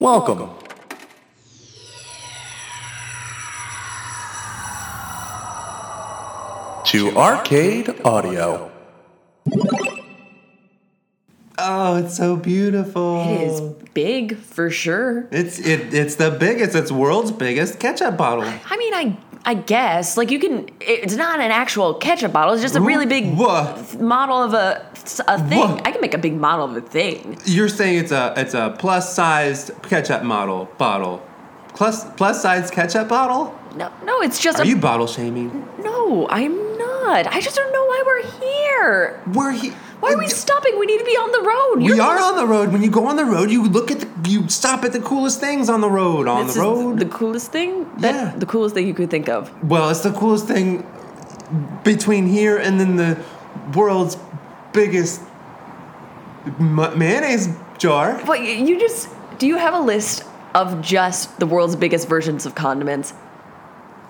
Welcome. To Arcade Audio. Oh, it's so beautiful. It is big for sure. It's it, it's the biggest. It's world's biggest ketchup bottle. I mean, I I guess like you can. It's not an actual ketchup bottle. It's just a really big Whoa. model of a a thing. What? I can make a big model of a thing. You're saying it's a it's a plus sized ketchup model bottle. Plus plus sized ketchup bottle? No, no, it's just Are a you bottle shaming? no. I'm not. I just don't know why we're here. We're here. Why are we stopping? We need to be on the road. We are on the road. When you go on the road, you look at the, you stop at the coolest things on the road. On This the is road. the coolest thing. That, Yeah. the coolest thing you could think of. well, it's the coolest thing between here and then the world's biggest ma- mayonnaise jar. But y- you just do you have a list of just the world's biggest versions of condiments?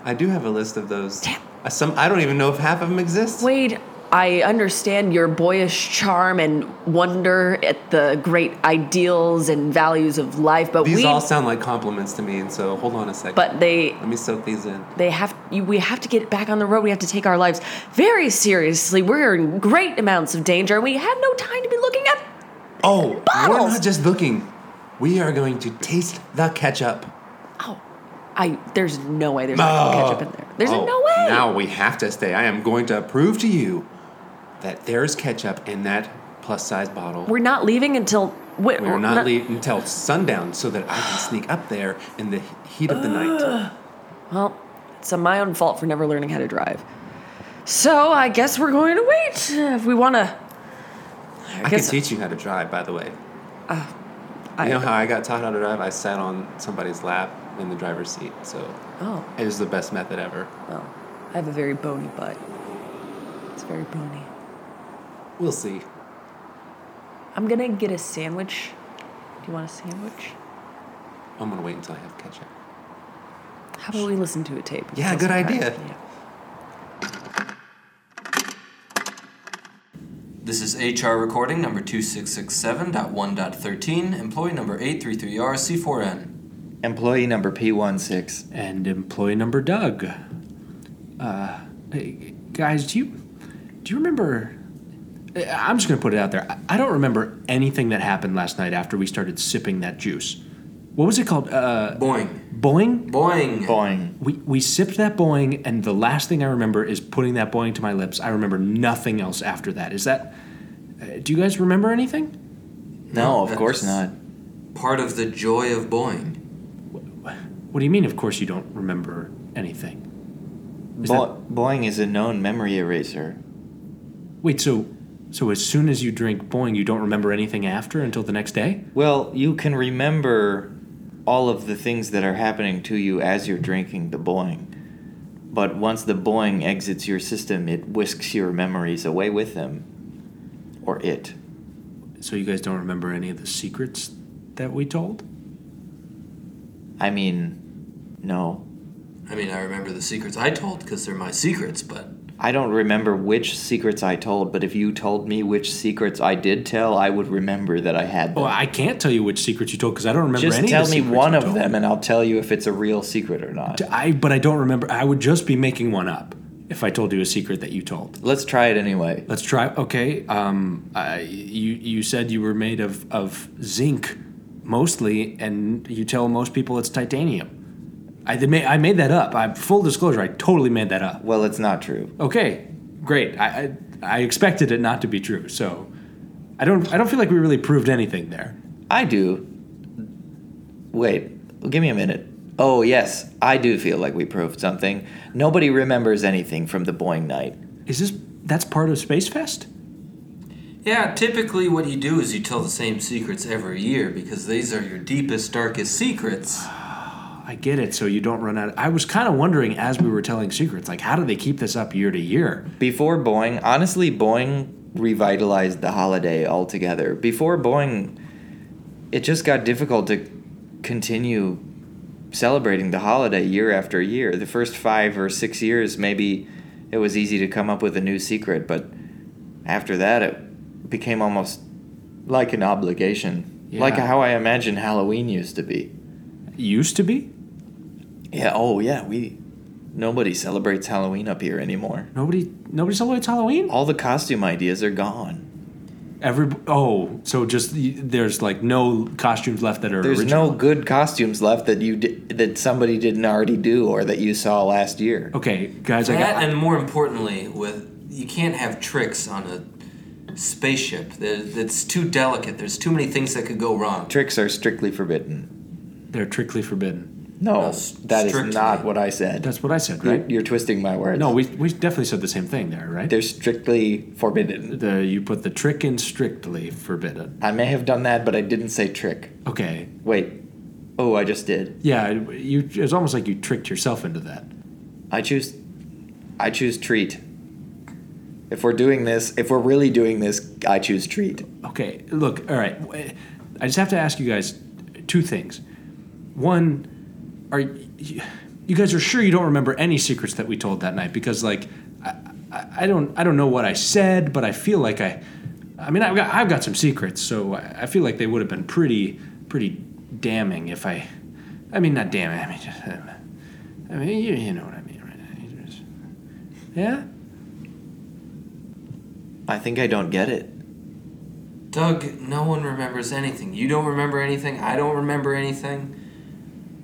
I do have a list of those. Damn. Uh, Some I don't even know if half of them exist. Wade, I understand your boyish charm and wonder at the great ideals and values of life, but these we all sound like compliments to me, and so hold on a second. but they let me soak these in. they have you, we have to get back on the road. We have to take our lives very seriously. We're in great amounts of danger and we have no time to be looking at Oh, we're Bottles! not just looking. We are going to taste the ketchup. Oh. I there's no way there's not Oh. ketchup in there. There's Oh, no way. Now we have to stay. I am going to prove to you that there's ketchup in that plus size bottle. We're not leaving until we- We are not, leaving until sundown so that I can sneak up there in the heat of the night. Well, it's uh, my own fault for never learning how to drive. So I guess we're going to wait uh, if we want to. I can teach you how to drive, by the way. I, You know how I got taught how to drive? I sat on somebody's lap in the driver's seat. So Oh, it was the best method ever. oh, I have a very bony butt. It's very bony. We'll see. I'm gonna get a sandwich. Do you want a sandwich? I'm gonna wait until I have ketchup. How about we listen to a tape? Yeah, Just good try it. idea. Yeah. This is HR recording number 2667.1.13, employee number 833RC4N. Employee number P16. and employee number Doug. Uh, hey, guys, do you do you remember? I- I'm just gonna put it out there. I- I don't remember anything that happened last night after we started sipping that juice. What was it called? Uh, Boing. Boeing. Boing. Boing. We we sipped that Boeing, and the last thing I remember is putting that Boeing to my lips. I remember nothing else after that. Is that? Uh, do you guys remember anything? No, of that's- course not. Part of the joy of Boing. What do you mean? Of course you don't remember anything. Is Bo- Boing is a known memory eraser. Wait, so so as soon as you drink Boeing, you don't remember anything after until the next day? Well, you can remember all of the things that are happening to you as you're drinking the Boing. But once the Boing exits your system, it whisks your memories away with them. Or it. So you guys don't remember any of the secrets that we told? I mean, no. I mean, I remember the secrets I told because they're my secrets, but I don't remember which secrets I told, but if you told me which secrets I did tell, I would remember that I had them. Well, Oh, I can't tell you which secrets you told because I don't remember Just any. tell of the me secrets one you of told. them and I'll tell you if it's a real secret or not. I but I don't remember. I would just be making one up if I told you a secret that you told. Let's try it anyway. Let's try. Okay. Um. I, you you said you were made of of zinc, mostly, and you tell most people it's titanium. I they ma- I made that up. I full disclosure. I totally made that up. Well, it's not true. Okay, great. I, I I expected it not to be true, so I don't I don't feel like we really proved anything there. I do. Wait, give me a minute. Oh, yes, I do feel like we proved something. Nobody remembers anything from the Boeing night. Is this that's part of Space Fest? yeah, typically what you do is you tell the same secrets every year because these are your deepest, darkest secrets. I get it. So you don't run out. I was kind of wondering as we were telling secrets, like how do they keep this up year to year? Before Boeing, honestly, Boeing revitalized the holiday altogether. Before Boeing, it just got difficult to continue celebrating the holiday year after year. The first five or six years, maybe it was easy to come up with a new secret, but after that, it became almost like an obligation. like Yeah. how I imagine Halloween used to be. Used to be? Yeah. Oh, yeah. We nobody celebrates Halloween up here anymore. Nobody nobody celebrates Halloween? All the costume ideas are gone. Every oh, so just y- there's like no costumes left that are There's original. no good costumes left that you di- that somebody didn't already do or that you saw last year. Okay, guys, I That got and more importantly, with you can't have tricks on a spaceship. There- That's too delicate. There's too many things that could go wrong. Tricks are strictly forbidden. they're strictly forbidden. No, s- that is strictly. not what I said. That's what I said, You're, right? you're twisting my words. No, we we definitely said the same thing there, right? they're strictly forbidden. the you put the trick in strictly forbidden. I may have done that, but I didn't say trick. Okay. Wait. Oh, I just did. Yeah, you it's almost like you tricked yourself into that. I choose I choose treat. If we're doing this, if we're really doing this, I choose treat. Okay, look, all right. w- I just have to ask you guys two things. One, are y- you guys are sure you don't remember any secrets that we told that night? Because like, I, I, I don't, I don't know what I said, but I feel like I, I mean, I've got, I've got some secrets, so I, I feel like they would have been pretty, pretty damning if I, I mean, not damning. I mean, just, um, I mean, you, you know what I mean, right? Just- Yeah. I think I don't get it. Doug, no one remembers anything. You don't remember anything. I don't remember anything.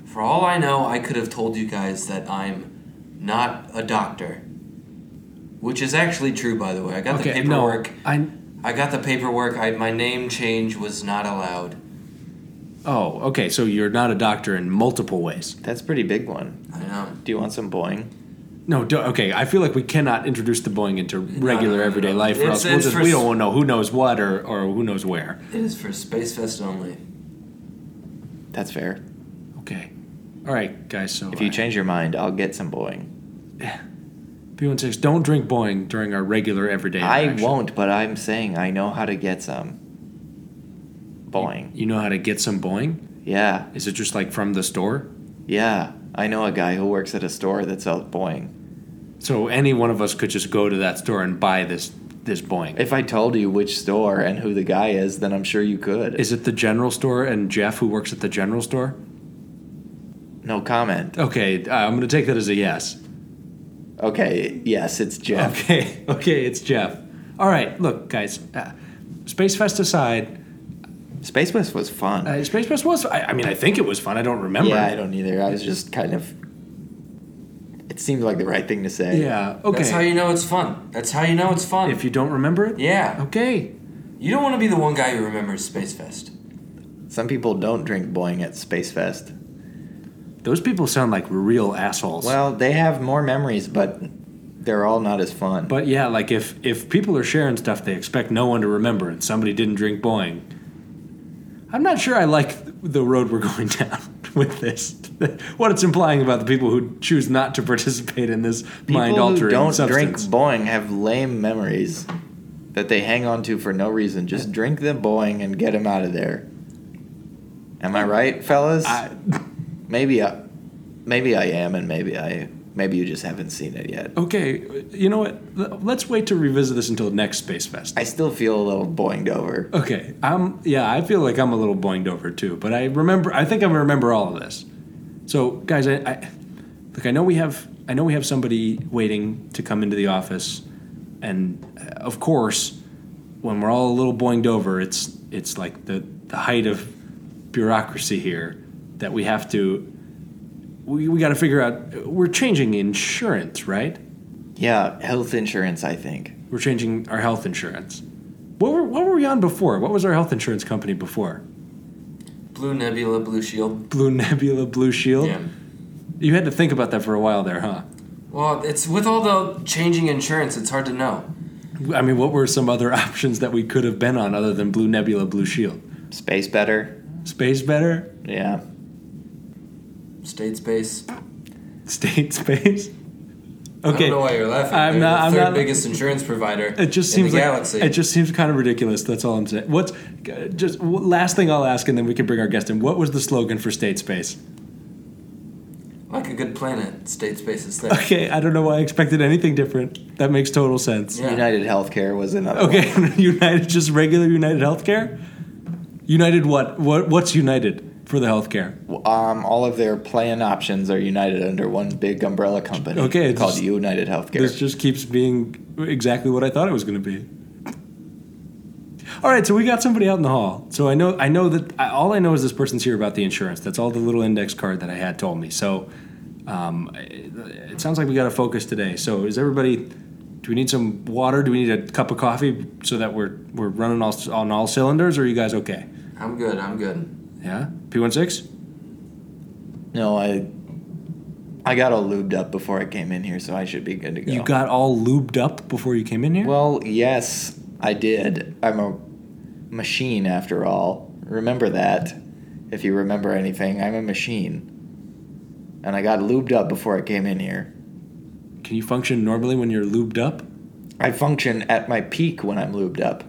For all I know, I could have told you guys that I'm not a doctor. Which is actually true, by the way. I got the Okay. No. paperwork. I. I got the paperwork. I, my name change was not allowed. Oh, okay. So you're not a doctor in multiple ways. That's a pretty big one. I know. Do you want some boing? No, do, okay. I feel like we cannot introduce the Boeing into regular no, no, everyday no. life, or It's- else we'll it's just, for we s- don't know who knows what or, or who knows where. It is for Space Fest only. That's fair. Okay. All right, guys. So If you uh, change your mind, I'll get some boing. P16, don't drink Boeing during our regular everyday. I interaction. won't, but I'm saying I know how to get some boing. You know how to get some Boeing? Yeah, Is it just like from the store? yeah. I know a guy who works at a store that sells boing. So any one of us could just go to that store and buy this this Boeing. If I told you which store and who the guy is, then I'm sure you could. Is it the general store and Jeff who works at the general store? no comment. Okay, uh, I'm gonna take that as a yes. Okay, yes, it's Jeff. Okay, okay, it's Jeff. All right, look, guys. Uh, Space Fest aside, Space West was fun. Uh, Space Quest was. I, I mean, I think it was fun. I don't remember. Yeah, I don't either. I was just kind of. It seemed like the right thing to say. Yeah. Okay. That's how you know it's fun. That's how you know it's fun. if you Oh. don't remember it. yeah. Okay. You don't want to be the one guy who remembers Space Fest. Some people don't drink Boeing at Space Fest. Those people sound like real assholes. Well, they have more memories, but they're all not as fun. but yeah, like if if people are sharing stuff, they expect no one to remember, and somebody didn't drink Boeing. I'm not sure I like the road we're going down with this. what it's implying about the people who choose not to participate in this people mind who altering don't substance. drink Boeing have lame memories that they hang on to for no reason. Just drink the Boeing and get them out of there. Am I right, fellas? I- maybe I, maybe I am, and maybe I, maybe you just haven't seen it yet. okay, you know what? L- Let's wait to revisit this until next Space Fest. I still feel a little boinged over. Okay, I'm yeah. I feel like I'm a little boinged over too, but I remember. I think I remember all of this. So, guys, I, I look. I know we have. I know we have somebody waiting to come into the office, and uh, of course, when we're all a little boinged over, it's it's like the the height of bureaucracy here that we have to. We, we got to figure out. We're changing insurance, right? Yeah, health insurance, I think. We're changing our health insurance. What were, what were we on before? What was our health insurance company before? Blue Nebula, Blue Shield. Blue Nebula, Blue Shield. Yeah. You had to think about that for a while there, huh? Well, it's with all the changing insurance, it's hard to know. I mean, what were some other options that we could have been on other than Blue Nebula, Blue Shield? Space better. Space better? Yeah. State space. State space? I don't Okay. know why you're laughing. I'm They're not- I'm The third not- biggest insurance provider. It just in seems the like galaxy. it just seems kind of ridiculous. That's all I'm saying. What's just w- last thing I'll ask, and then we can bring our guest in. What was the slogan for State Space? like a good planet. State space is there. Okay, I don't know why I expected anything different. That makes total sense. Yeah. United Healthcare was another. Okay, United, just regular United Healthcare. United what? What what's United for the healthcare? Um, all of their plan options are united under one big umbrella company Okay, it's called just- United Healthcare. This just keeps being exactly what I thought it was going to be. All right, so we got somebody out in the hall. So I know, I know that I, all I know is this person's here about the insurance. That's all the little index card that I had told me. So um, it, it sounds like we got to focus today. So is everybody? Do we need some water? Do we need a cup of coffee so that we're we're running all, on all cylinders? Or are you guys okay? I'm good. I'm good. Yeah, P one six. no, I I got all lubed up before I came in here, so I should be good to go. You got all lubed up before you came in here. Well, yes, I did. I'm a machine after all. Remember that. If you remember anything, I'm a machine. And I got lubed up before I came in here. Can you function normally when you're lubed up? I function at my peak when I'm lubed up.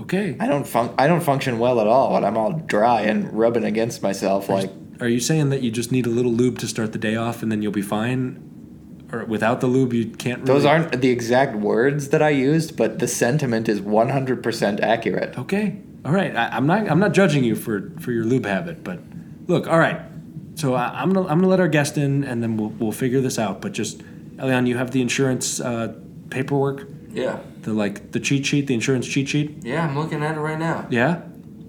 Okay. I don't func- I don't function well at all, and I'm all dry and rubbing against myself like Are you saying that you just need a little lube to start the day off and then you'll be fine? Or without the lube, you can't really. those aren't the exact words that I used, but the sentiment is 100% accurate. Okay. All right. I, I'm not. I'm not judging you for for your lube habit, but look. All right. So I, I'm gonna I'm gonna let our guest in, and then we'll we'll figure this out. But just, Elion, you have the insurance uh, paperwork, Yeah. the like the cheat sheet, the insurance cheat sheet. Yeah, I'm looking at it right now. Yeah.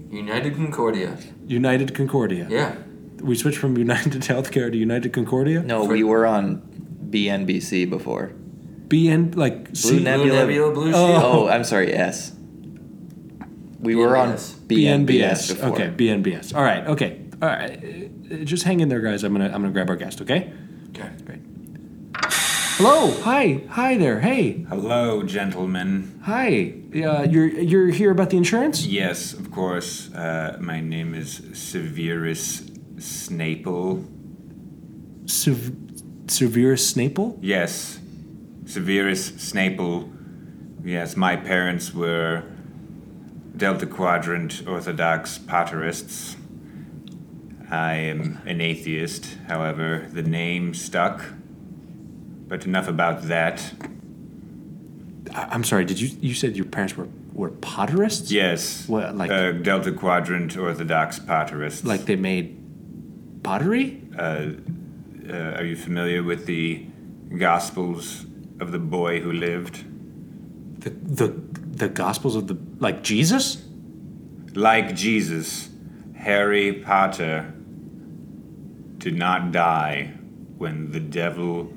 United Concordia. United Concordia. Yeah. We switched from United Healthcare to United Concordia. No, we were on BNBC before. BN like Blue C- Nebula. Blue Nebula, Blue Shield. Oh, I'm sorry, S. We were on BNBS. BNBS before. Okay, BNBS. All right. Okay. All right. Uh, uh, Just hang in there, guys. I'm gonna I'm gonna grab our guest. Okay. Okay. Hello. Hi. Hi there. Hey. Hello, gentlemen. Hi. Uh, you're you're here about the insurance? Yes, of course. Uh, my name is Severus Snaple. Sev- Severus Snaple. Yes, Severus Snaple. Yes, my parents were Delta Quadrant Orthodox Potterists. I am an atheist, however, the name stuck. But enough about that. I- I'm sorry. Did you you said your parents were were potterists? Yes, What, like- uh, Delta Quadrant Orthodox Potterists. Like they made pottery? Uh, are you familiar with the Gospels of the boy who lived? The the the Gospels of the like Jesus? Like Jesus, Harry Potter did not die when the devil.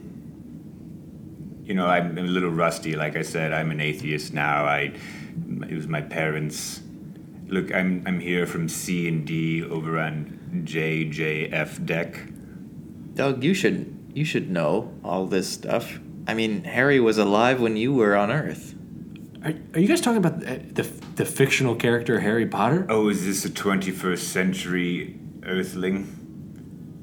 You know, I'm a little rusty. Like I said, I'm an atheist now. I, it was my parents. Look, I'm I'm here from C and D over on JJF deck. Doug, you should you should know all this stuff. I mean, Harry was alive when you were on Earth. Are, are you guys talking about uh, the the fictional character Harry Potter? Oh, is this a 21st century Earthling?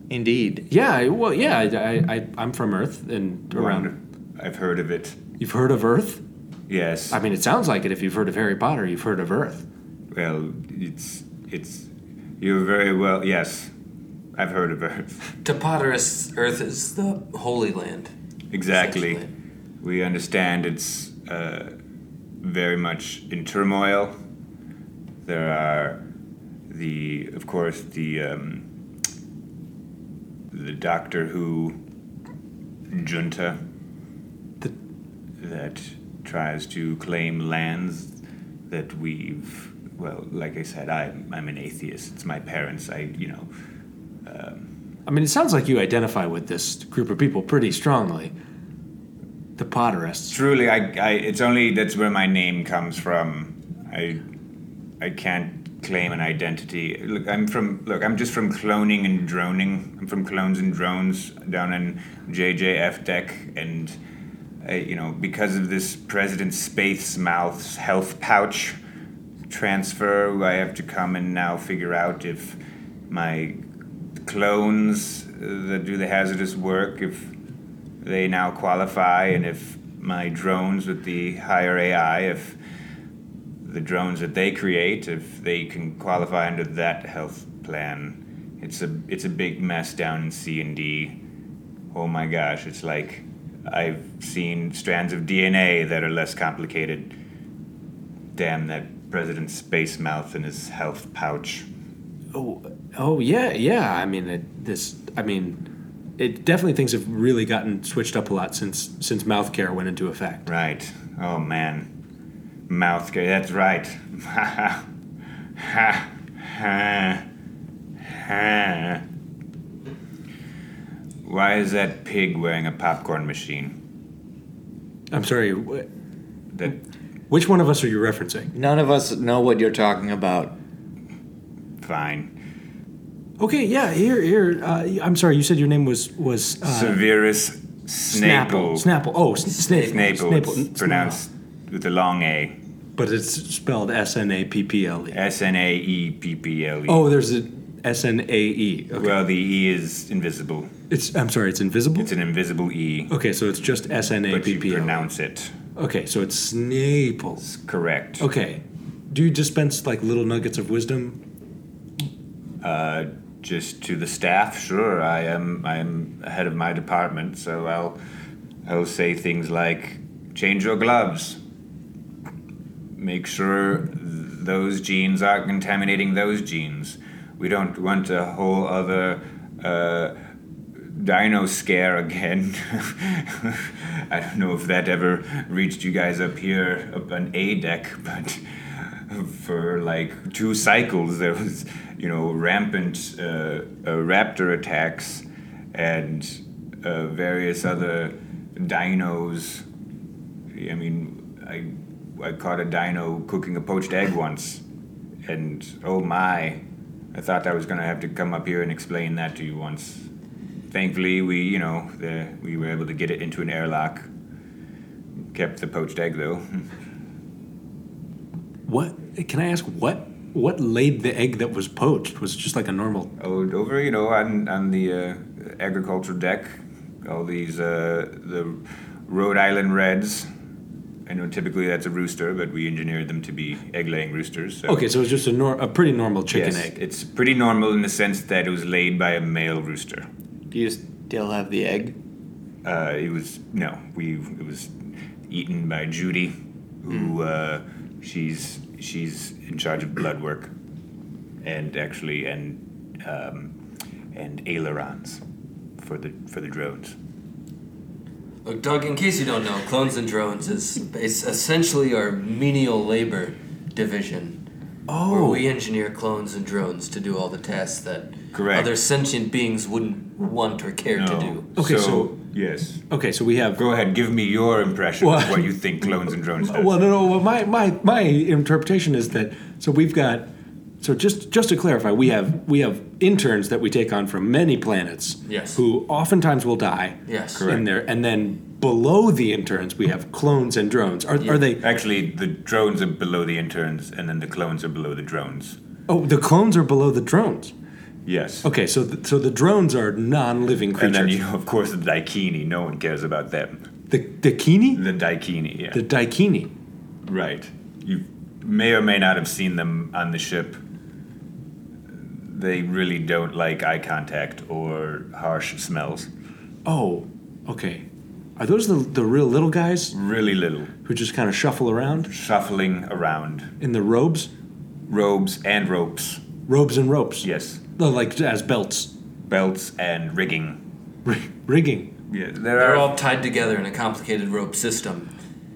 Indeed. Yeah. I- Well, yeah. I, I I'm from Earth and around. Wonder- I've heard of it. You've heard of Earth? Yes. I mean, it sounds like it. If you've heard of Harry Potter, you've heard of Earth. well, it's it's you're very well. Yes, I've heard of Earth. To Potterists, Earth is the Holy Land. exactly. Essentially. We understand it's uh, very much in turmoil. There are the, of course, the um, the Doctor Who junta The- that tries to claim lands that we've. Well, like I said, I'm, I'm an atheist. It's my parents. I, you know, I mean, it sounds like you identify with this group of people pretty strongly. The Potterists. Truly, I, I, it's only that's where my name comes from. I, I can't claim an identity. Look, I'm from. Look, I'm just from cloning and droning. I'm from clones and drones down in JJF deck, and I, you know, because of this President Spath's mouth's health pouch transfer, I have to come and now figure out if my clones uh, that do the hazardous work, if they now qualify, and if my drones with the higher AI, if the drones that they create, if they can qualify under that health plan, it's a it's a big mess down in C and D. Oh my gosh, it's like I've seen strands of DNA that are less complicated. Damn that President Space Mouth in his health pouch. Oh, oh yeah, yeah. I mean, it, this. I mean, it definitely things have really gotten switched up a lot since since mouth care went into effect. Right. Oh man, mouth. Go- that's right. Ha ha ha ha. Why is that pig wearing a popcorn machine? I'm sorry. wh- That Which one of us are you referencing? None of us know what you're talking about. fine. Okay, yeah. Here, here. Uh, I'm sorry. You said your name was was uh, Severus Snaple. Snapple. Oh, sn- Snape. Snaple. Snaple. It's pronounced with a long A. But it's spelled S N A P P L E. S N A E P P L E. Oh, there's a S N A E. Okay. Well, the E is invisible. It's. I'm sorry. It's invisible. It's an invisible E, okay, so it's just S N Oh, A but P you P L. E. pronounce it. Okay, so it's Snaple. It's correct. Okay. Do you dispense like little nuggets of wisdom? Uh, just to the staff, sure. I am I am head of my department, so I'll I'll say things like change your gloves. Make sure th- those genes aren't contaminating those genes. We don't want a whole other uh, dino scare again. I don't know if that ever reached you guys up here up on A deck, but for like two cycles there was you know rampant uh, uh, raptor attacks and uh, various other dinos i mean I, I caught a dino cooking a poached egg once and oh my i thought i was going to have to come up here and explain that to you once thankfully we you know the, we were able to get it into an airlock kept the poached egg though What can I ask? What what laid the egg that was poached? Was it just like a normal? Oh, over you know on on the uh, agriculture deck, all these uh, the Rhode Island Reds. I know typically that's a rooster, but we engineered them to be egg-laying roosters. So Okay, so it's just a nor- a pretty normal chicken yes, egg. it's pretty normal in the sense that it was laid by a male rooster. Do you still have the egg? Uh, it was no, we it was eaten by Judy, Hmm. who uh, she's she's in charge of blood work, and actually and um, and ailerons for the for the drones. Look, Doug, in case you don't know, Clones and Drones is it's essentially our menial labor division. Where Oh, we engineer clones and drones to do all the tasks that Correct. other sentient beings wouldn't want or care Oh, to do. Okay, so, so- yes. okay. So we have. Go ahead, give me your impression Well- of what you think clones and drones does. Well, no, no. Well, my my my interpretation is that so we've got. So just just to clarify, we have we have interns that we take on from many planets. Yes. Who oftentimes will die. Yes. In there, and then below the interns, we have clones and drones. Are, are they? Actually, the drones are below the interns, and then the clones are below the drones. Oh, the clones are below the drones. Yes. Okay, so th- so the drones are non-living And creatures. then, you, of course, the daikini. No one cares about them. the the kini, The daikini, yeah. the daikini. right. You may or may not have seen them on the ship. They really don't like eye contact or harsh smells. Oh, okay. Are those the the real little guys Really little. who just kind of shuffle around Shuffling around. in the robes, Robes and ropes. robes and ropes? Yes. No, like as belts, belts and rigging. R- rigging. Yeah, there They're are. all tied together in a complicated rope system.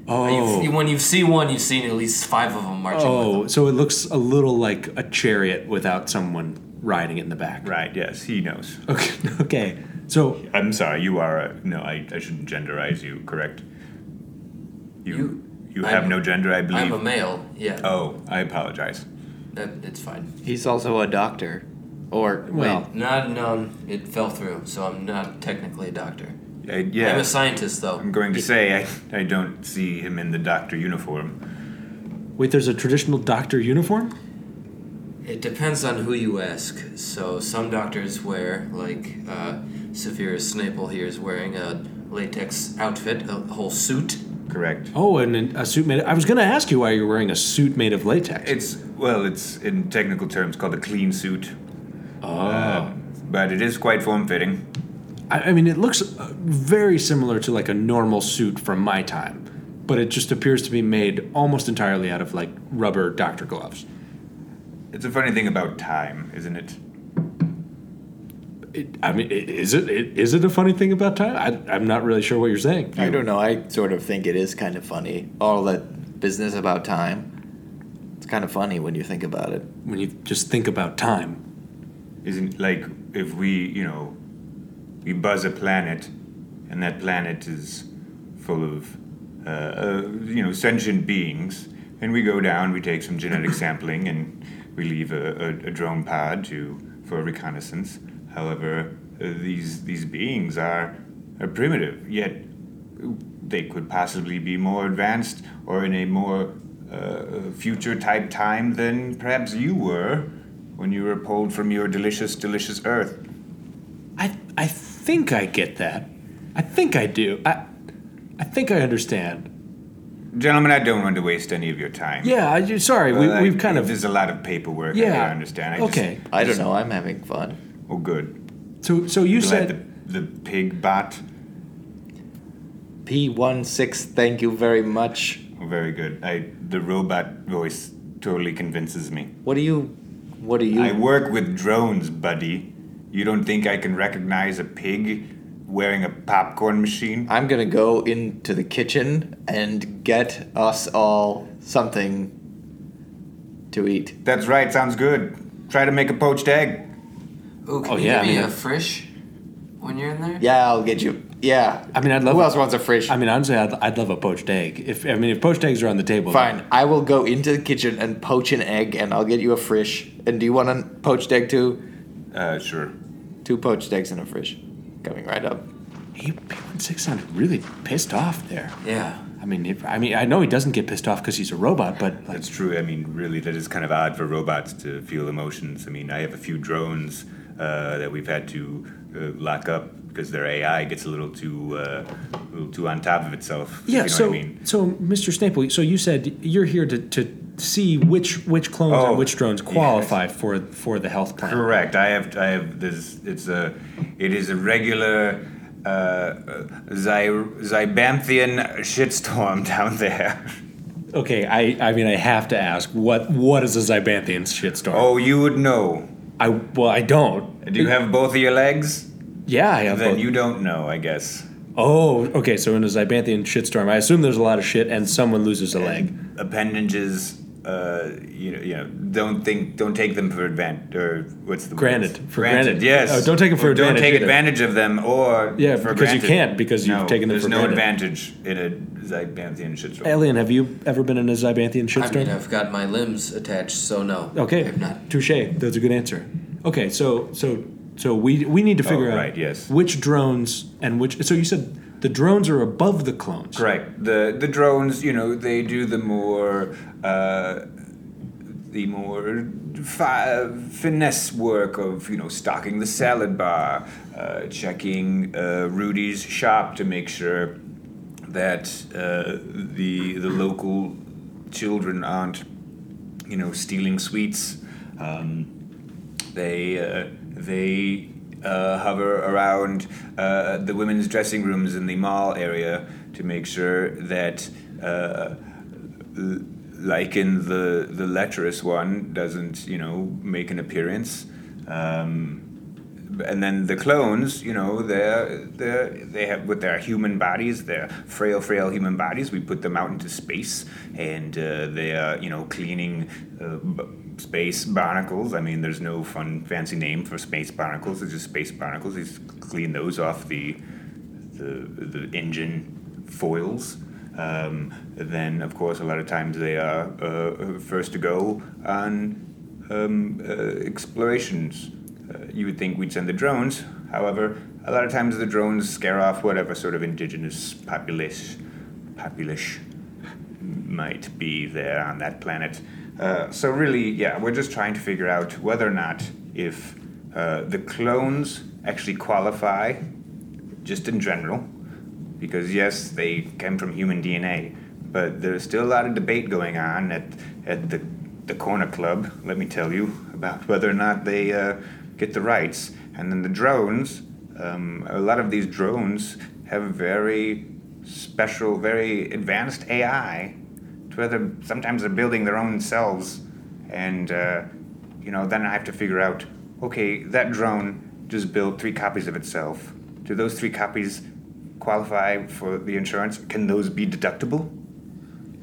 Oh, You've, when you've seen one, you've seen at least five of them marching. with oh. So it looks a little like a chariot without someone riding it in the back. right, yes, he knows. Okay. Okay. So I'm sorry, you are. A, no, I, I shouldn't genderize you, correct? You you, You- have I'm- no gender, I believe. I'm a male. Yeah, oh, I apologize. that, it's fine. He's also a doctor. Or, well, well, Not known. It fell through, so I'm not technically a doctor. I, Uh, yeah, I'm a I'm, scientist, though. going to say I, I don't see him in the doctor uniform. wait. There's a traditional doctor uniform. It depends on who you ask. So some doctors wear, like uh, Severus Snaple here is wearing a latex outfit, a whole suit. Correct. Oh, and an- a suit made. I was going to ask you why you're wearing a suit made of latex. It's well, it's in technical terms called a clean suit. Oh. but it is quite form fitting. I, I mean, it looks uh, very similar to like a normal suit from my time, but it just appears to be made almost entirely out of like rubber doctor gloves. It's a funny thing about time, isn't it? It, I mean, i- is it, it is it a funny thing about time? I, I'm not really sure what you're saying. I don't know. I sort of think it is kind of funny. All that business about time. It's kind of funny when you think about it. When you just think about time, Isn't like if we, you know, we buzz a planet, and that planet is full of, uh, uh, you know, sentient beings, and we go down, we take some genetic sampling, and we leave a, a, a drone pod to for reconnaissance. However, uh, these these beings are, are primitive, yet they could possibly be more advanced or in a more uh, future type time than perhaps you were when you were pulled from your delicious, delicious earth. I I think I get that. I think I do. I I think I understand. Gentlemen, I don't want to waste any of your time. Yeah. I, sorry, Well, I- we, we've kind of. There's a lot of paperwork. Yeah. I understand. I just- okay. I don't know. I'm having fun. oh, good. So so you You said the, the pig bot. P16, thank you very much. Oh, very good. I the robot voice totally convinces me. What do you. What do you. I work with drones, buddy. You don't think I can recognize a pig wearing a popcorn machine? I'm gonna go into the kitchen and get us all something to eat. That's right. Sounds good. Try to make a poached egg. Ooh, can Oh, you yeah, give I me mean, a that- frish when you're in there? Yeah, I'll get you. Yeah. I mean, I'd love- Who else wants a fish? I mean, honestly, I'd, I'd love a poached egg. If I mean, if poached eggs are on the table, Fine. I will go into the kitchen and poach an egg, and I'll get you a frish. And do you want a poached egg too? Uh, sure. Two poached eggs and a frish, coming right up. He, P16 sounded really pissed off there. Yeah. I mean, if, I mean, I know he doesn't get pissed off because he's a robot, but like, That's true. I mean, really, that is kind of odd for robots to feel emotions. I mean, I have a few drones uh, that we've had to uh, lock up because their AI gets a little too, uh, a little too on top of itself. if yeah. you know so, what I mean. so Mr. Staple, so you said you're here to, to see which which clones Oh, and which drones yes. qualify for for the health plan. Correct. I have. I have. This. It's a. It is a regular. Uh, uh, Zy- Zybamphian shitstorm down there. Okay, I, I mean, I have to ask what what is a Zybanthian shitstorm? Oh, you would know. I well, I don't. Do you have both of your legs? Yeah, I have. Then both. you don't know, I guess. oh, okay. So in a Zybanthian shitstorm, I assume there's a lot of shit and someone loses a leg. appendages. Uh, you know, you know, don't think, don't take them for advantage, or what's the word? Granted, for granted. Yes, Oh, don't take 'em for Or advantage Don't take either. advantage of them, or Yeah, for because you granted. can't, because you've No, taken them There's for no granted. advantage in a Zyganthian shitstorm. Alien, have you ever been in a I Zybanthian mean, shitstorm? I've got my limbs attached, so no. Okay, I've not. touche. That's a good answer. Okay, so so so we we need to figure out Oh, right, yes. which drones and which. So you said the drones are above the clones. Correct. The the drones, you know, they do the more uh, the more fi- finesse work of you know stocking the salad bar, uh, checking uh, Rudy's shop to make sure that uh, the the local children aren't you know stealing sweets. Um, they uh, they uh, hover around uh, the women's dressing rooms in the mall area to make sure that uh, l- Lycan the the lecherous one doesn't you know make an appearance. Um, and then the clones, you know, they're, they're, they have, with their human bodies, their frail, frail human bodies, we put them out into space and uh, they are, you know, cleaning uh, b- space barnacles. I mean, there's no fun, fancy name for space barnacles, it's just space barnacles. They just clean those off the, the, the engine foils. Um, then, of course, a lot of times they are uh, first to go on um, uh, explorations. Uh, you would think we'd send the drones. However, a lot of times the drones scare off whatever sort of indigenous populace, populace might be there on that planet. Uh, so really, yeah, we're just trying to figure out whether or not if uh, the clones actually qualify, just in general, because yes, they came from human DNA, but there's still a lot of debate going on at, at the, the corner club, let me tell you, about whether or not they uh, get the rights. And then the drones, um, a lot of these drones have very special, very advanced AI to where they're, sometimes they're building their own cells. And, uh, you know, then I have to figure out okay, that drone just built three copies of itself. Do those three copies qualify for the insurance? Can those be deductible?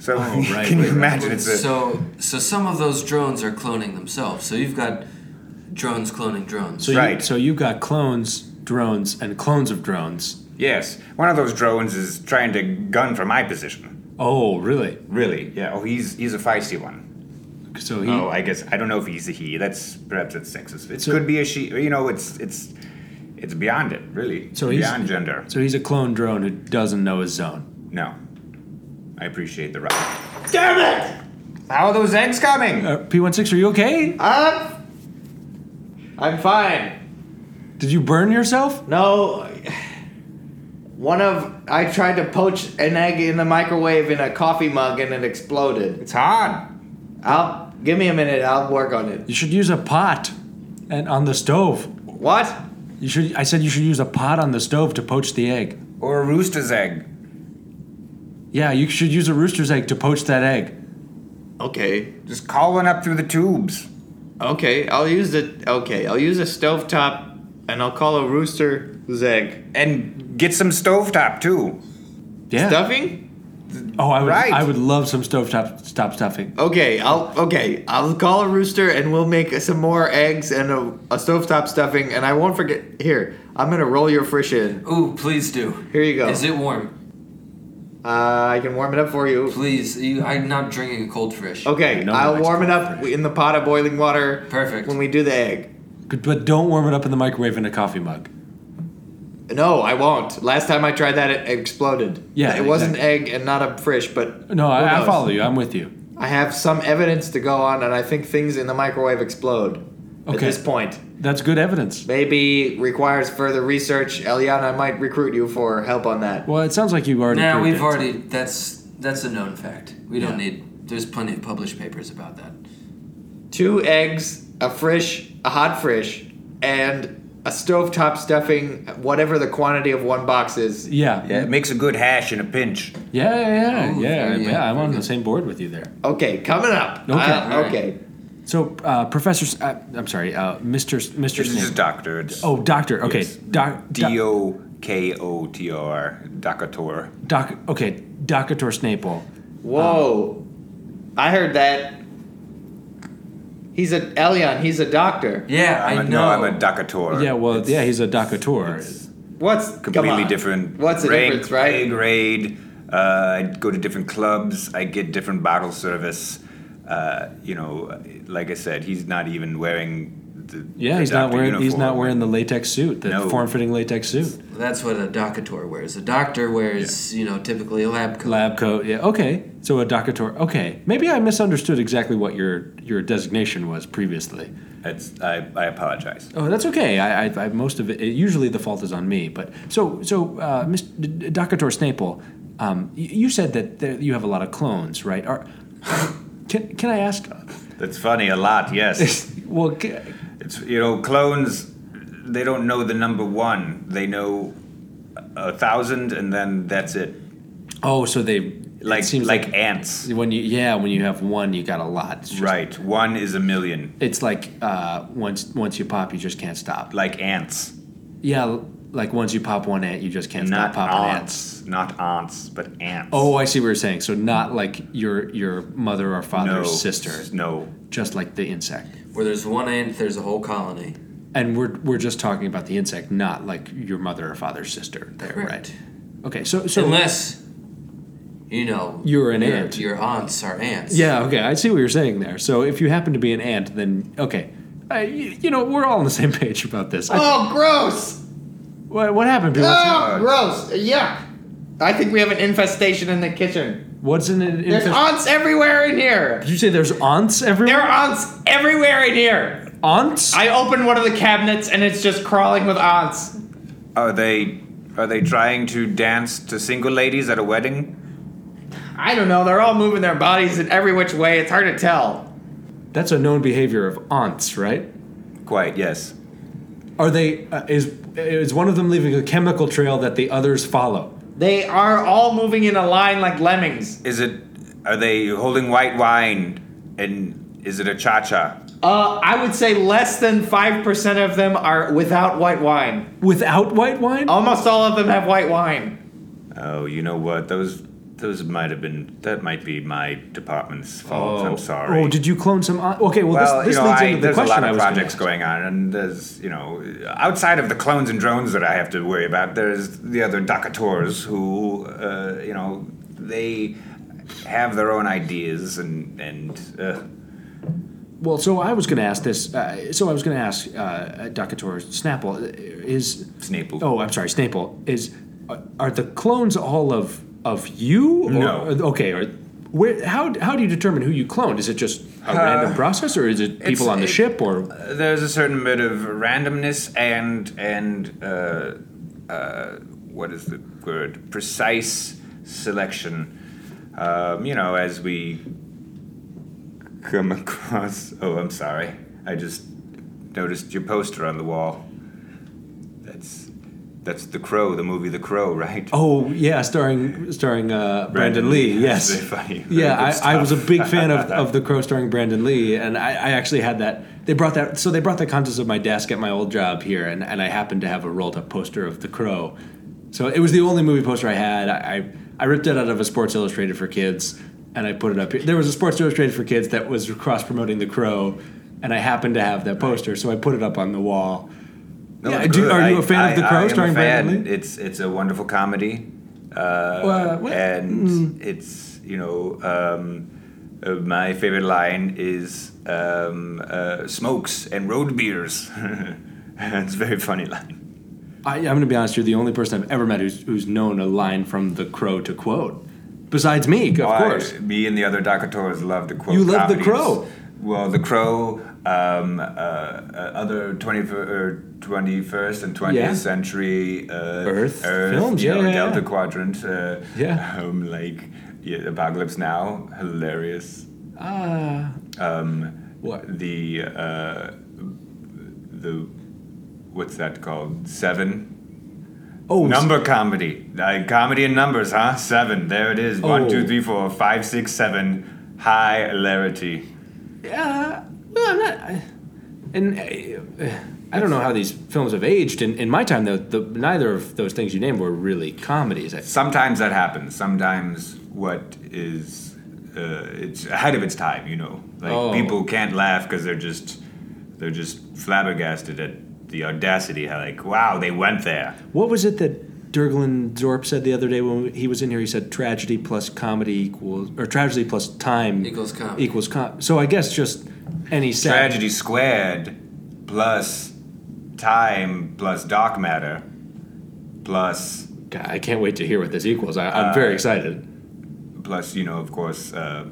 So, Oh, right, can you right, right. imagine it's a. So, so some of those drones are cloning themselves. So you've got drones cloning drones. So You, Right. so you've got clones, drones, and clones of drones. Yes, one of those drones is trying to gun for my position. Oh, really? Really? Yeah. Oh, he's he's a feisty one. So he. Oh, I guess I don't know if he's a he. That's perhaps it's sexist. It Mm. So- could be a she. You know, it's it's it's beyond it, really. So he's- beyond gender. So he's a clone drone who doesn't know his zone. No, I appreciate the ride. Damn it! How are those eggs coming? Uh, P16, are you okay? Up. I'm fine. Did you burn yourself? No. One of I tried to poach an egg in the microwave in a coffee mug and it exploded. it's hard. I'll give me a minute. I'll work on it. You should use a pot, and on the stove. What? You should. I said you should use a pot on the stove to poach the egg. Or a rooster's egg. Yeah, you should use a rooster's egg to poach that egg. Okay. Just calling up through the tubes. Okay. I'll use the. Okay. I'll use a stovetop, and I'll call a rooster Zeg. And get some stovetop, too. Yeah. Stuffing? Oh, I would. Right. I would love some stovetop stop stuffing. Okay. I'll. Okay. I'll call a rooster, and we'll make some more eggs and a, a stovetop stuffing, and I won't forget. Here, I'm gonna roll your fish in. Ooh, please do. Here you go. Is it warm? Uh, I can warm it up for you. Please. You, I'm not drinking a cold fish. Okay, No one I'll likes warm it cold up in the pot of boiling water. Perfect. When we do the egg. Good, But don't warm it up in the microwave in a coffee mug. No, I won't. Last time I tried that, it exploded. Yeah, it was an egg and not a fish, but No, who I, I knows? follow you. I'm with you. I have some evidence to go on, and I think things in the microwave explode. At Okay. this point, That's good evidence. maybe requires further research. Eliana, I might recruit you for help on that. Well, it sounds like you already. Now proved we've it. already. That's that's a known fact. We don't Yeah. need. There's plenty of published papers about that. Two eggs, a fish, a hot fish, and a stovetop stuffing, whatever the quantity of one box is. Yeah. Yeah, it makes a good hash in a pinch. Yeah, yeah, yeah, Oh, yeah, very, yeah, yeah, I'm very on the good. same board with you there. Okay, coming up. Okay, Uh, all right. okay. So, uh, Professor, S- uh, I'm sorry, uh, Mr. S- Mr. This is Snake. doctor. It's Oh, Doctor. Okay, Yes. Doc. doc- D O K O T O R, Docator. Doc. Okay, Doctor Snaple. Whoa. I heard that. He's a Elion, he's a doctor. Yeah, I'm i a- know. No, I'm a Docator. Yeah, well, yeah, he's a Docator. What's come Completely on. different. What's the rank, difference, right? Pay grade. Uh, I go to different clubs. I get different bottle service. Uh, you know, like I said, he's not even wearing the. Yeah, the he's not doctor wearing. He's uniform. not wearing the latex suit, the No. form-fitting latex suit, That's what a docator wears. A doctor wears, you know, typically a lab coat. lab coat. Yeah. Okay. So a Docator. Okay. Maybe I misunderstood exactly what your your designation was previously. It's, I, I apologize. Oh, that's okay. I, I, I most of it. Usually, the fault is on me. But so, so, uh, Miss Doctor Snaple, um, y- you said that there, you have a lot of clones, right? Are, can can I ask? That's funny a lot. Yes. Well, c- It's you know clones. They don't know the number one. They know a thousand, and then that's it. oh, so they it Like seems like, ants. when you yeah when you have one, you got a lot. It's just- Right. One is a million. It's like uh, once once you pop, you just can't stop. Like ants. Yeah, like once you pop one ant, you just can't Not stop popping ants. ants. Not ants, but ants. Oh, I see what you're saying. So not like your your mother or no father's sister, No. just like the insect. Where there's one ant, there's a whole colony. And we're we're just talking about the insect, not like your mother or father's sister. There, Correct. right? Okay, so so Unless, you know, You're an your, ant. Your aunts are ants. yeah, okay, I see what you're saying there. So if you happen to be an ant, then okay, I, you you know we're all on the same page about this. I- Oh, gross! what, what happened? People? Ah. What's, Oh, gross! Yuck! I think we have an infestation in the kitchen. what's in an There's infest- ants everywhere in here! Did you say there's aunts There everywhere? are ants everywhere in here! aunts? I opened one of the cabinets and it's just crawling with ants. Are they are they trying to dance to single ladies at a wedding? I don't know, they're all moving their bodies in every which way. It's hard to tell. That's a known behavior of aunts, right? Quite yes. Are they? Uh, is is one of them leaving a chemical trail that the others follow? They are all moving in a line like lemmings. Is it? Are they holding white wine? And is it a cha cha? Uh, I would say less than 5% of them are without white wine. Without white wine? Almost all of them have white wine. Oh, you know what? Those those might have been. That might be my department's fault. I'm sorry. Oh, did you clone some? Okay, well, well, this, this you know, leads I, into the there's a question lot I of was gonna projects ask. going on, and there's, you know, outside of the clones and drones that I have to worry about, there's the other docators who, uh, you know, they have their own ideas and and uh, Well, so I was going to ask this. Uh, so I was going to ask uh, Docator Snapple uh, is Snaple. Oh, I'm sorry, Snaple is. Are, are the clones all of of you? Or, No. Okay. Or where? How how do you determine who you cloned? Is it just a random process, or is it people on the Uh, it- uh, ship, or there's a certain bit of randomness and and uh, uh, what is the word? Precise selection. Um, you know, as we come across. Oh, I'm sorry. I just noticed your poster on the wall. That's that's the Crow, the movie The Crow, right? Oh yeah, starring starting uh, Brandon, Brandon Lee. Lee. Yes, That's very funny. Very good yeah, I, I stuff. was a big fan of, of the Crow starring Brandon Lee, and I, I actually had that. They brought that, so they brought the contents of my desk at my old job here, and, and I happened to have a rolled up poster of the Crow. So it was the only movie poster I had. I I, I ripped it out of a Sports Illustrated for kids, and I put it up here. There was a Sports Illustrated for kids that was cross promoting the Crow, and I happened to have that poster, so I put it up on the wall. No, yeah, it's do, good. are you I- a fan I- of the I Crow am a starring Brandon fan. Lee? It's it's a wonderful comedy, uh, Well, well, mm. and it's you know um, uh, my favorite line is um, uh, smokes and road beers. it's a very funny line. I, I'm going to be honest. You're the only person I've ever met who's, who's known a line from The Crow to quote, besides me, of Why- course. me and the other doctors love the quote. You love The comedies. Crow. Well, the Crow, um, uh, uh, other twenty or twenty first and twentieth Yeah. century uh, Earth films, you know, yeah, yeah, Delta yeah. Quadrant, uh, Yeah. um, like yeah, Apocalypse Now, hilarious. Ah, Um, what? the uh, the what's that called? Seven. Oh, Number comedy. Uh, comedy and numbers, huh? Seven. There it is. One, Oh. two, three, four, five, six, seven. Hilarity. Yeah. Well, I'm not. I, and uh, uh, I don't know how these films have aged. In, in my time, though, the, neither of those things you named were really comedies. I, Sometimes that happens. Sometimes what is uh, it's ahead of its time, you know. Like Oh. people can't laugh because they're just they're just flabbergasted at the audacity. How like wow they went there. what was it that Derglin Zorp said the other day when he was in here? He said tragedy plus comedy equals, or tragedy plus time Equals comedy. Equals com- so I guess just any sad Tragedy squared plus time plus dark matter plus God, I can't wait to hear what this equals. I, I'm very excited. plus you know of course uh,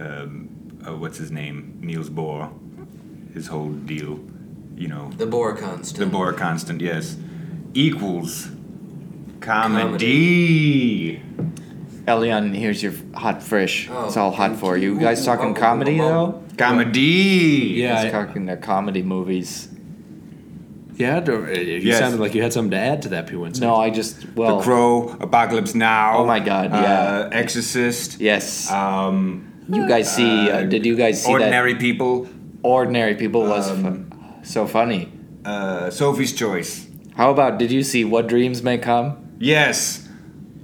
um, uh, what's his name Niels Bohr his whole deal you know The Boar constant. the Bohr constant yes equals comedy, Comedy. Elian, here's your hot fish. Oh, it's all hot thank for you. you. You guys Ooh, talking oh, comedy, oh, though? comedy, Yeah, He's I- talking the comedy movies. Yeah, d- uh, you Yes. sounded like you had something to add to that, Pewin. No, I just, well, The Crow Apocalypse Now Oh my God, yeah. uh, Exorcist yes. um, you guys see, uh, did you guys see Ordinary People that? Ordinary People was fu- so funny. uh, Sophie's Choice How about, did you see What Dreams May Come? Yes,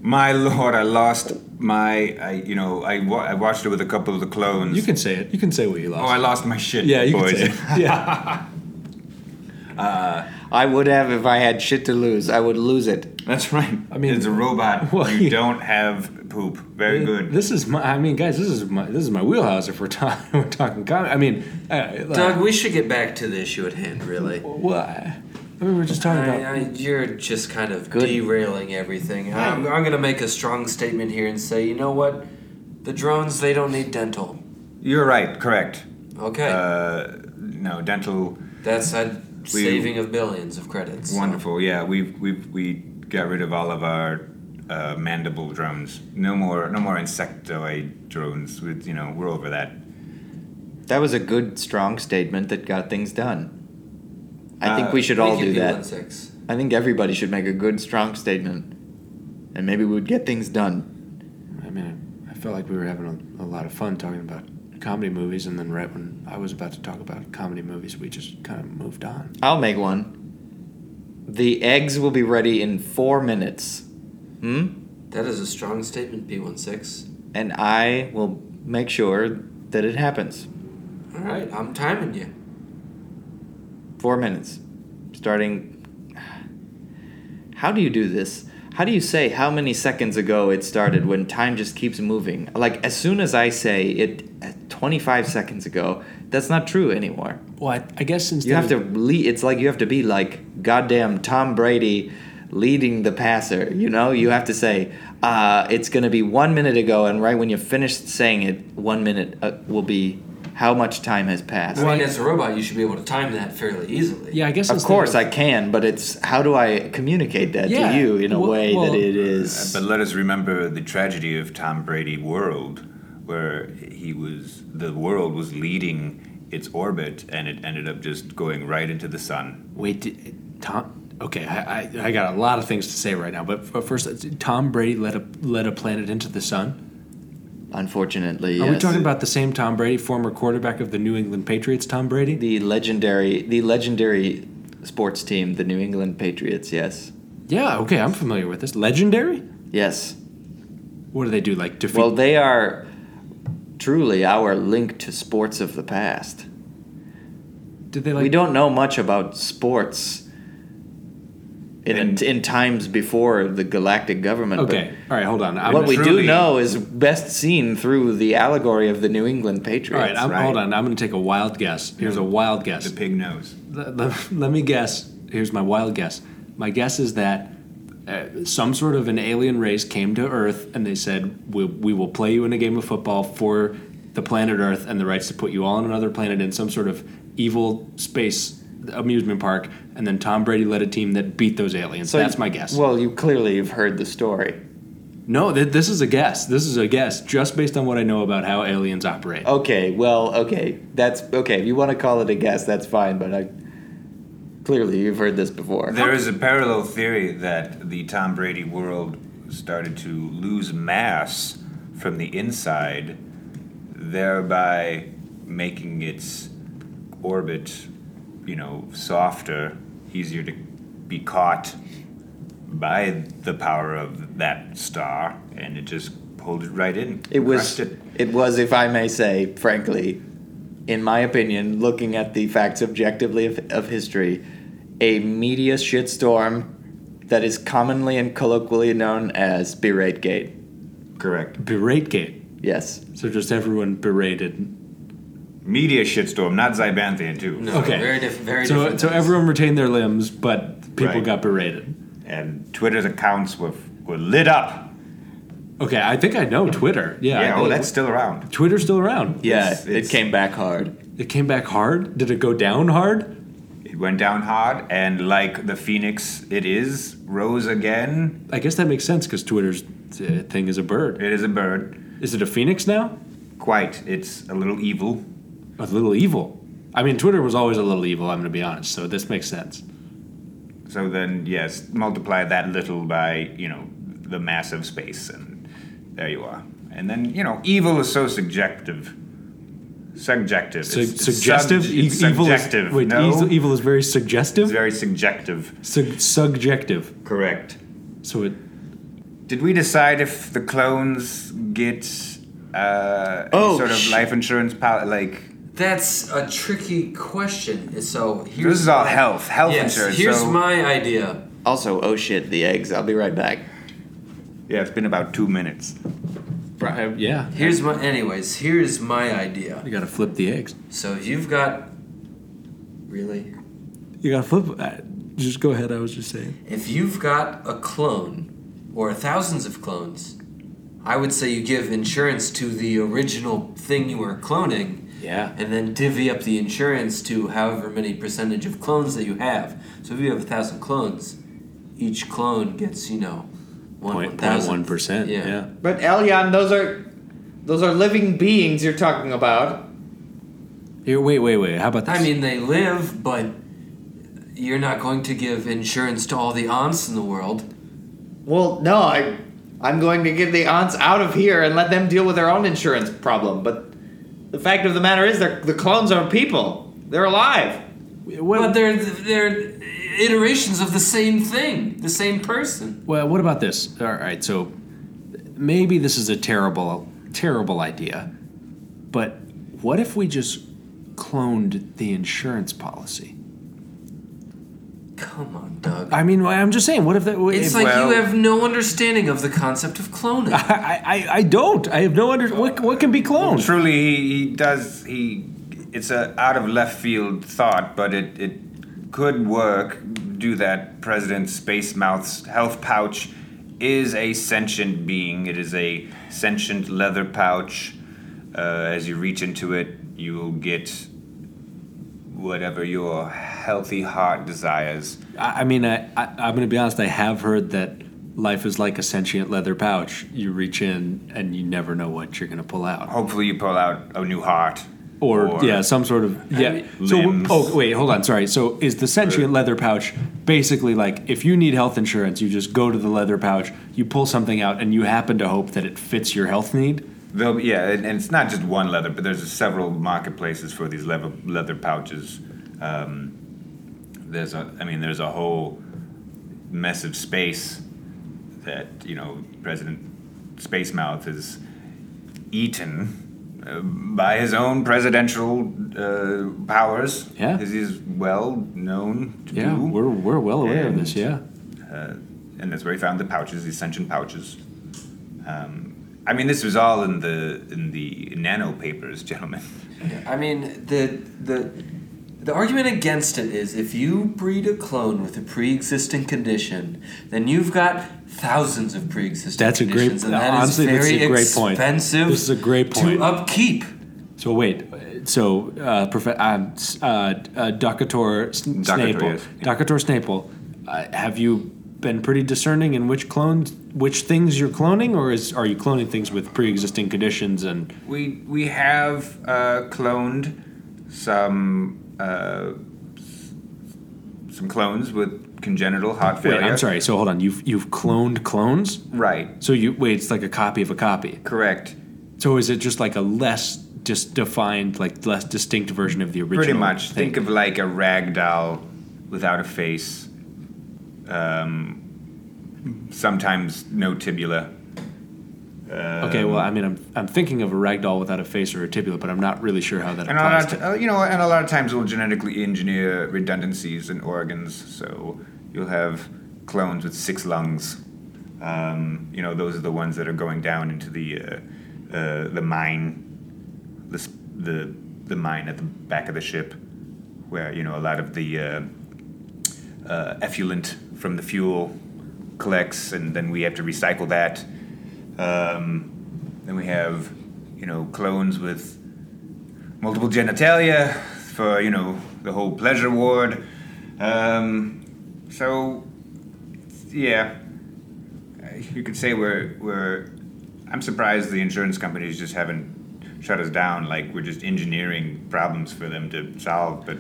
my lord, I lost my. I you know I, wa- I watched it with a couple of the clones. You can say it. You can say what you lost. oh, I lost my shit. yeah, you boys. can say it. Yeah. I would have if I had shit to lose. I would lose it. That's right. I mean- mean, it's a robot. Well, you yeah. don't have poop. Very good. This is my. I mean, guys, this is my. This is my wheelhouse. If we're talking, we're talking comedy. I mean, uh, Doug, we should get back to the issue at hand, really. Well, I, I uh, mean, we're just talking I, about. I, you're just kind of Good. derailing everything. I'm, I'm going to make a strong statement here and say, you know what? The drones, they don't need dental. You're right. Correct. Okay. Uh, no dental. That's a saving of billions of credits. Wonderful. Yeah, we've we've we got rid of all of our uh, mandible drones. No more no more insectoid drones. With you know we're over that. That was a good, strong statement that got things done. I think Uh, we should Thank all you, do that. P16. I think everybody should make a good, strong statement. and maybe we would get things done. I mean, I felt like we were having a, a lot of fun talking about comedy movies, and then right when I was about to talk about comedy movies, we just kind of moved on. I'll make one. The eggs will be ready in four minutes. Hmm? That is a strong statement, B16. And I will make sure that it happens. All right, I'm timing you. Four minutes. Starting. How do you do this? How do you say how many seconds ago it started when time just keeps moving? Like, as soon as I say it uh, 25 seconds ago, that's not true anymore. Well, I, I guess since You they- have to lead. It's like you have to be like goddamn Tom Brady leading the passer. You know, you have to say uh, it's going to be one minute ago, and right when you finish saying it, one minute uh, will be how much time has passed. I mean, as a robot, you should be able to time that fairly easily. yeah, I guess Of instead course, I can, but it's how do I communicate that Yeah, to you in a well- way well- that it Uh, is? But let us remember the tragedy of Tom Brady World, where he was the world was leading its orbit, and it ended up just going right into the sun. Wait, did, Tom. Okay, I, I I got a lot of things to say right now, but, but first, it's- Tom Brady led a led a planet into the sun. Unfortunately, Are we yes. talking about the same Tom Brady, former quarterback of the New England Patriots, Tom Brady? the legendary, the legendary sports team, the New England Patriots? Yes, yeah, okay, I'm familiar with this. Legendary. yes. What do they do? Like defeat? Well, they are truly our link to sports of the past. did they like? we don't know much about sports in, And- in times before the galactic government. but Okay, all right, hold on. I'm what we do truly- know is best seen through the allegory of the New England All Patriots. right, I'm, right? hold on. I'm going to take a wild guess. Here's a wild guess. The pig nose. Let, let- let me guess. Here's my wild guess. My guess is that uh, some sort of an alien race came to Earth and they said, we, we will play you in a game of football for the planet Earth and the rights to put you all on another planet in some sort of evil space amusement park. And then Tom Brady led a team that beat those aliens. That's you- my guess. Well, you clearly have heard the story. no, th- this is a guess. This is a guess just based on what I know about how aliens operate. Okay, well, okay, that's okay. If you want to call it a guess, that's fine. But I clearly you've heard this before. There is a parallel theory that the Tom Brady world started to lose mass from the inside, thereby making its orbit, you know, softer, easier to be caught by the power of that star, and it just pulled it right in. It was. crushed it. It. was, if I may say, frankly, in my opinion, looking at the facts objectively of, of history, a media shitstorm that is commonly and colloquially known as berate gate. correct. Berate gate. Yes. So just everyone berated Media shitstorm, not Zybanthian too. No, Okay. Very different. Very so, different. So things. everyone retained their limbs, but people Right. got berated. And Twitter's accounts were were lit up. Okay, I think I know Twitter. Yeah. Yeah, I oh, know. that's still around. Twitter's still around. Yeah, It's- it it's- came back hard. It came back hard. Did it go down hard? It went down hard, and like the phoenix it is, rose again. I guess that makes sense because Twitter's uh, thing is a bird. It is a bird. Is it a phoenix now? Quite. It's a little evil. A little evil. I mean, Twitter was always a little evil. I'm going to be honest. So this makes sense. So then, yes, multiply that little by, you know, the mass of space, and there you are. And then, you know, evil is so subjective. Subjective. Su- It's- it's suggestive. sub- E- it's subjective. Is, wait, no? eas- evil is very It's suggestive. very subjective. Su- subjective. Correct. So it. Did we decide if the clones get uh, any Oh, sort of sh- life insurance, pol- like? That's a tricky question. So here's This is all health, health yes, insurance. Here's so, my idea. Also, oh shit, the eggs. I'll be right back. yeah, it's been about two minutes. Uh, yeah. Here's my. Anyways, here's my idea. You got to flip the eggs. So you've got. Really? You got to flip. Uh, just go ahead. I was just saying. If you've got a clone or thousands of clones, I would say you give insurance to the original thing you were cloning. Yeah. And then divvy up the insurance to however many percentage of clones that you have. So if you have a thousand clones, each clone gets, you know, one Point- one point thousandth. one percent. yeah. But Elyon, those are those are living beings you're talking about. Here, wait, wait, wait. How about this? I mean, they live, but you're not going to give insurance to all the aunts in the world. Well, no, I, I'm going to get the aunts out of here and let them deal with their own insurance problem. But the fact of the matter is, they're, the clones are people. They're alive. What, But they're they're iterations of the same thing, the same person. Well, what about this? All right, so maybe this is a terrible, terrible idea, but what if we just cloned the insurance policy? Come on, Doug. I mean, I'm just saying. What if that? It's if- like well- you have no understanding of the concept of cloning. I, I, I don't. I have no under. What, what can be cloned? Oh, Truly, he, he does. He it's a out of left field thought, but it it could work. Do that. President Space Mouth's health pouch is a sentient being. It is a sentient leather pouch. Uh, as you reach into it, you will get whatever your healthy heart desires. I, I mean, I, I, I'm going to be honest. I have heard that life is like a sentient leather pouch. You reach in and you never know what you're going to pull out, Hopefully, you pull out a new heart. or, yeah, some sort of yeah. so Limbs. oh wait, hold on. Sorry. So is the sentient leather pouch basically like if you need health insurance, you just go to the leather pouch, you pull something out, and you happen to hope that it fits your health need? They'll, yeah, and, and it's not just one leather, but there's several marketplaces for these leather leather pouches. Um, there's a, I mean, there's a whole mess of space that you know President Space Mouth has eaten uh, by his own presidential uh, powers. Yeah. as he's well known to Yeah, do. we're we're well aware of this. And- Yeah. uh, and that's where he found the pouches, these sentient pouches. Um, I mean, this was all in the in the nano papers, gentlemen. I mean, the the the argument against it is if you breed a clone with a pre-existing condition, then you've got thousands of pre-existing That's a great- conditions, and that is honestly, that's very a great point. expensive. This is a great point. to upkeep. So wait, so uh, prof- um, s- uh, uh, Docator S- Docator, Snape, yes. Docator Snape, uh, have you been pretty discerning in which clones, which things you're cloning, or is are you cloning things with pre-existing conditions? And We we have uh, cloned some uh, s- some clones with congenital heart wait, failure. I'm sorry. So hold on, you've you've cloned clones. Right, So you wait, it's like a copy of a copy. correct. So is it just like a less just defined, like less distinct version of the original? Pretty much. thing? Think of like a rag doll without a face. Um, sometimes no tibula. okay. Well, I mean, I'm I'm thinking of a ragdoll without a face or a tibula, but I'm not really sure how that And a applies. lot, to- of, uh, you know, and a lot of times we'll genetically engineer redundancies in organs, so you'll have clones with six lungs. Um, you know, those are the ones that are going down into the uh, uh, the mine, the, s- the the mine at the back of the ship, where you know a lot of the uh, uh, effluent from the fuel collects, and then we have to recycle that. Um, then we have, you know, clones with multiple genitalia for you know the whole pleasure ward. Um, so yeah, Uh, you could say we're we're. I'm surprised the insurance companies just haven't shut us down. Like we're just engineering problems for them to solve. But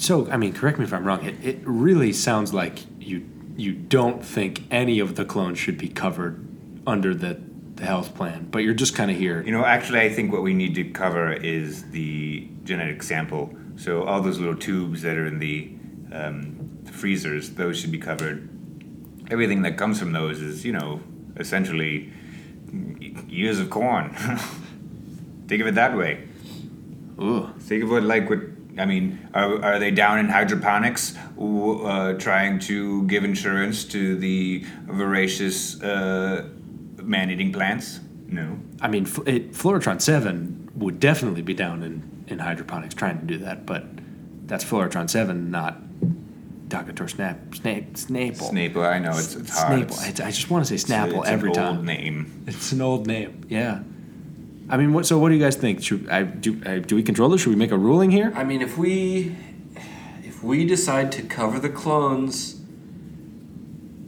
So, I mean, correct me if I'm wrong. It, it really sounds like you you don't think any of the clones should be covered under the, the health plan, but you're just kind of here. you know, actually, I think what we need to cover is the genetic sample. So all those little tubes that are in the um, freezers, those should be covered. Everything that comes from those is, you know, essentially years of corn. Think of it that way. Think of what, like, what I mean, are, are they down in hydroponics, w- uh, trying to give insurance to the voracious uh, man-eating plants? No. I mean, F- it, Floratron Seven would definitely be down in, in hydroponics trying to do that, but that's Floratron Seven, not Doctor Snap Snape Snaple. Snaple, I know Oh, it's, it's hard. Snaple. I, I just want to say It's- Snapple it's an every old time. name. It's an old name. Yeah. I mean, what? So, what do you guys think? Should I do? I, do we control this? Should we make a ruling here? I mean, if we if we decide to cover the clones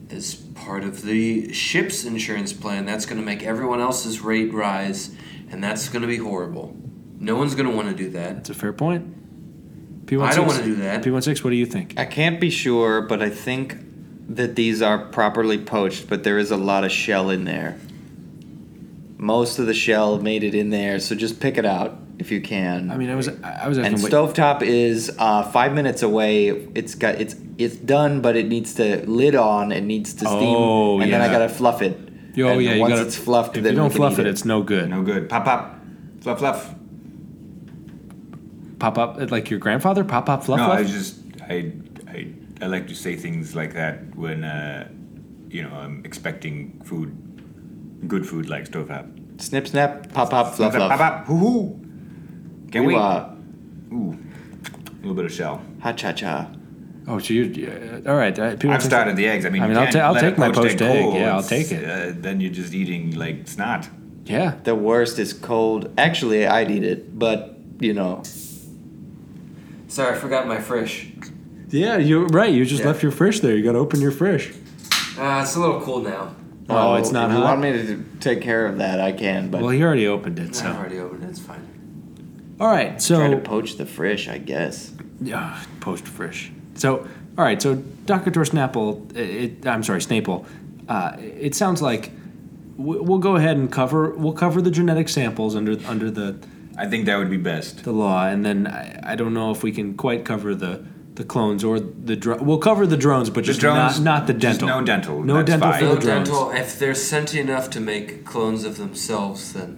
as part of the ship's insurance plan, that's going to make everyone else's rate rise, and that's going to be horrible. No one's going to want to do that. That's a fair point. P16, I don't wanna do that. P16, what do you think? I can't be sure, but I think that these are properly poached, but there is a lot of shell in there. Most of the shell made it in there, so just pick it out if you can. I mean, I was I was and asking. what- stovetop is uh, five minutes away. It's got it's it's done, but it needs to lid on. It needs to steam, Oh, and then I yeah. gotta fluff it. Oh and yeah, you once gotta, it's fluffed, If then you we don't can fluff it, eat it's no good. No good. Pop, pop. Fluff, fluff. Pop up like your grandfather. Pop pop fluff no, fluff. I just I, I I like to say things like that when uh, you know I'm expecting food, good food like stovetop. snip snap, pop pop fluff fluff. Pop, pop. Hoo hoo. Can we? Ooh, uh, Ooh. A little bit of shell. ha cha cha. oh, so you yeah, all right? uh, I, people I've think- started the eggs. I mean, I mean, you I'll can't ta- I'll let take a my poached poached egg. cold. Yeah, I'll It's, take it. Uh, then you're just eating like snot. Yeah, The worst is cold. Actually, I'd eat it, but you Oh, know, Sorry, I forgot my frish. yeah. You're right. You just Yeah. left your fish there. You got to open your fish. Uh, it's a little cool now. Oh, it's not If you hot. want me to take care of that, I can. But well, he already opened it. I've So already opened it. It's fine. all right. try to So poach the fish, I guess. Yeah, poached fish. So, all right. So, Doctor Snapple. It, I'm sorry, Snaple. Uh, it sounds like we- we'll go ahead and cover. We'll cover the genetic samples under under the I think that would be best. the law, and then I, I don't know if we can quite cover the the clones or the dr- we'll cover the drones, but just drones, not not the just dental. no dental, No that's dental fine. for No the drones. dental. If they're sentient enough to make clones of themselves, then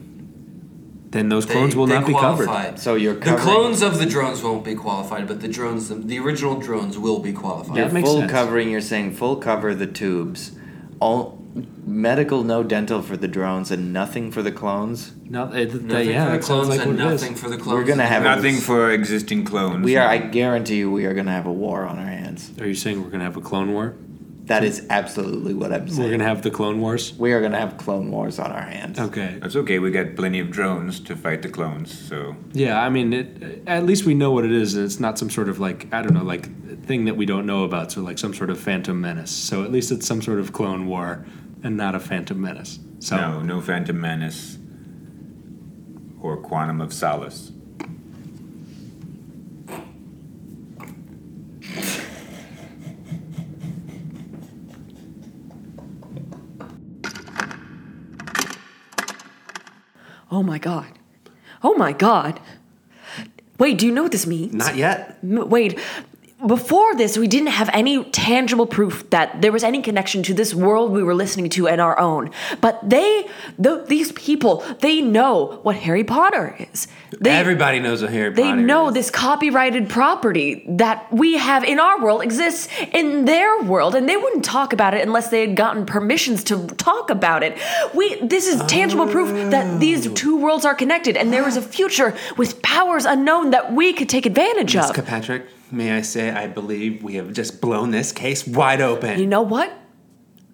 Then those they, clones will they not be qualify. covered. So you're the covering- clones of the drones won't be qualified, but the drones, the, the original drones, will be qualified. Yeah. You're That makes full sense. covering. You're saying full cover the tubes, all medical, no dental for the drones, and nothing for the clones. No, it, th- Nothing yeah, for that the sounds clones like and what it is. nothing for the clones. We're gonna have Nothing for existing clones. We are. I guarantee you, we are gonna have a war on our hands. Are you saying we're gonna have a clone war? That is absolutely what I'm We're saying. gonna have the clone wars. We are gonna have clone wars on our hands. Okay. Uh, That's okay. We got plenty of drones to fight the clones. So Yeah, I mean, it, at least we know what it is, and it's not some sort of like I don't know, like thing that we don't know about. So like some sort of phantom menace. So at least it's some sort of clone war, and not a phantom menace. So no, no Phantom Menace or Quantum of Solace. Oh my god. Oh my god. Wait, do you know what this means? not yet. M- Wait, before this, we didn't have any tangible proof that there was any connection to this world we were listening to and our own. But they, the, these people, they know what Harry Potter is. They, Everybody knows what Harry they Potter know is. this copyrighted property that we have in our world exists in their world, and they wouldn't talk about it unless they had gotten permissions to talk about it. We this is tangible proof that these two worlds are connected, and there is a future with powers unknown that we could take advantage Ms. of. Kilpatrick, may I say I believe we have just blown this case wide open. You know what?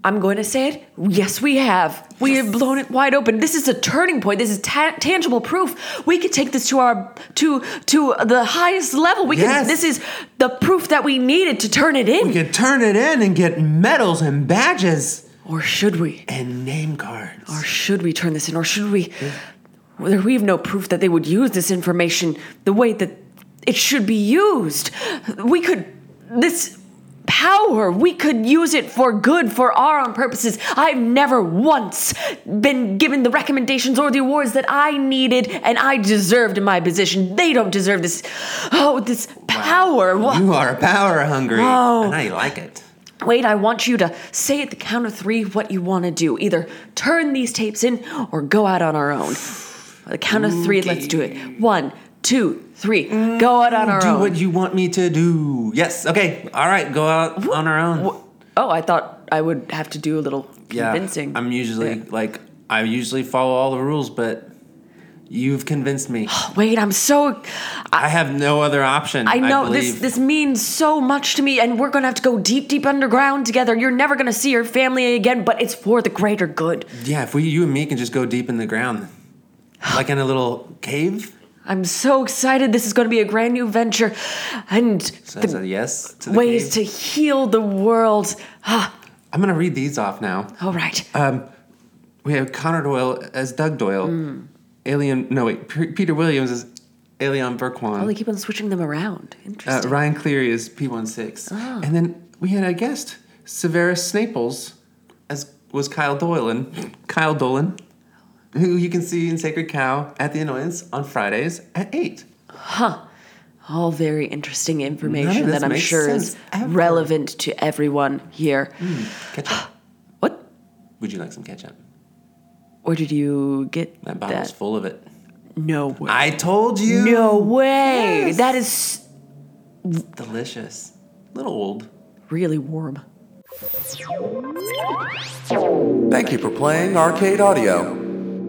I'm going to say it. Yes, we have. We have blown it wide open. This is a turning point. This is ta- tangible proof. We could take this to our to to the highest level. We Yes. can. This is the proof that we needed to turn it in. we could turn it in and get medals and badges or should we? and name cards. Or should we turn this in? Or should we? Whether we have no proof that they would use this information the way that it should be used. We could. This power, we could use it for good, for our own purposes. I've never once been given the recommendations or the awards that I needed and I deserved in my position. They don't deserve this. Oh, this power. Wha- you are power hungry, Whoa. and I like it. Wait, I want you to say at the count of three what you want to do. Either turn these tapes in or go out on our own. The count of three, let's do it. One, two, three. Go out on our Mm, do own. what you want me to do. Yes. Okay. All right. Go out on our own. oh, I thought I would have to do a little yeah. convincing. I'm usually Yeah. like I usually follow all the rules, but you've convinced me. Wait, I'm so. I have no other option. I know this. believe. This means so much to me, and we're gonna have to go deep, deep underground together. You're never gonna see your family again, but it's for the greater good. Yeah. If we, you and me, can just go deep in the ground, like in a little cave. I'm so excited. This is gonna be a grand new venture, and So the that's a yes to the cave. ways to heal the world. Ah, I'm gonna read these off now. all right. Oh. Um, we have Connor Doyle as Doug Doyle. Hmm. Alien. No wait. P- Peter Williams as Alien Burquan. Oh, they keep on switching them around. Uh, Interesting. Oh. Ryan Cleary is P16. And then we had a guest, Severus Snaples as was Kyle Dolan. Kyle Dolan, who you can see in Sacred Cow at the Annoyance on Fridays at eight. All very interesting None of information this that I'm makes sure is sense ever. Mm. relevant to everyone here. Ketchup. What? Would you like some ketchup? Where did you get That Ah. that? bottle's full of it. No way. I told you. no way. That is Delicious. Little old. really warm. Thank you for playing Arcade Audio.